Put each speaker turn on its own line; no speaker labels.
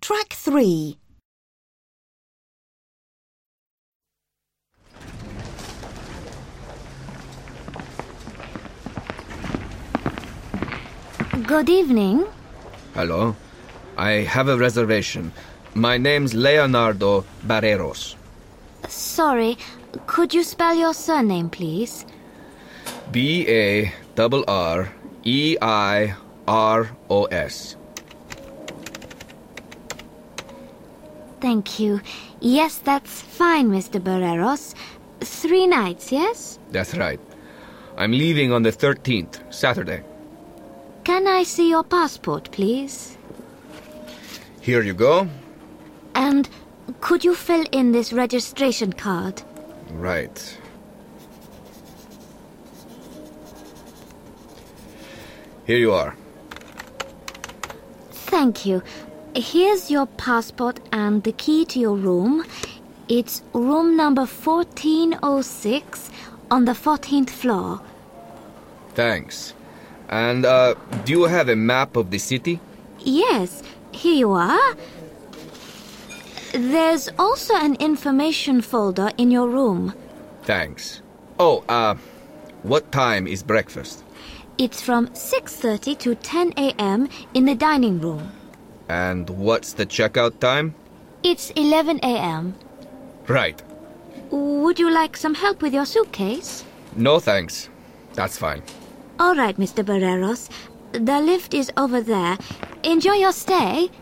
Track 3.
Good evening.
Hello. I have a reservation. My name's Leonardo Barreros.
Sorry, could you spell your surname, please?
B A R R E I R O S.
Thank you. Yes, that's fine, Mr. Barreros. Three nights, yes?
That's right. I'm leaving on the 13th, Saturday.
Can I see your passport, please?
Here you go.
And could you fill in this registration card?
Right. Here you are.
Thank you. Here's your passport and the key to your room. It's room number 1406 on the 14th floor.
Thanks. And uh, do you have a map of the city?
Yes, here you are. There's also an information folder in your room.
Thanks. Oh, uh, what time is breakfast?
It's from 6:30 to 10 a.m. in the dining room.
And what's the checkout time?
It's 11 a.m.
Right.
Would you like some help with your suitcase?
No thanks. That's fine.
All right, Mr. Barreros. The lift is over there. Enjoy your stay.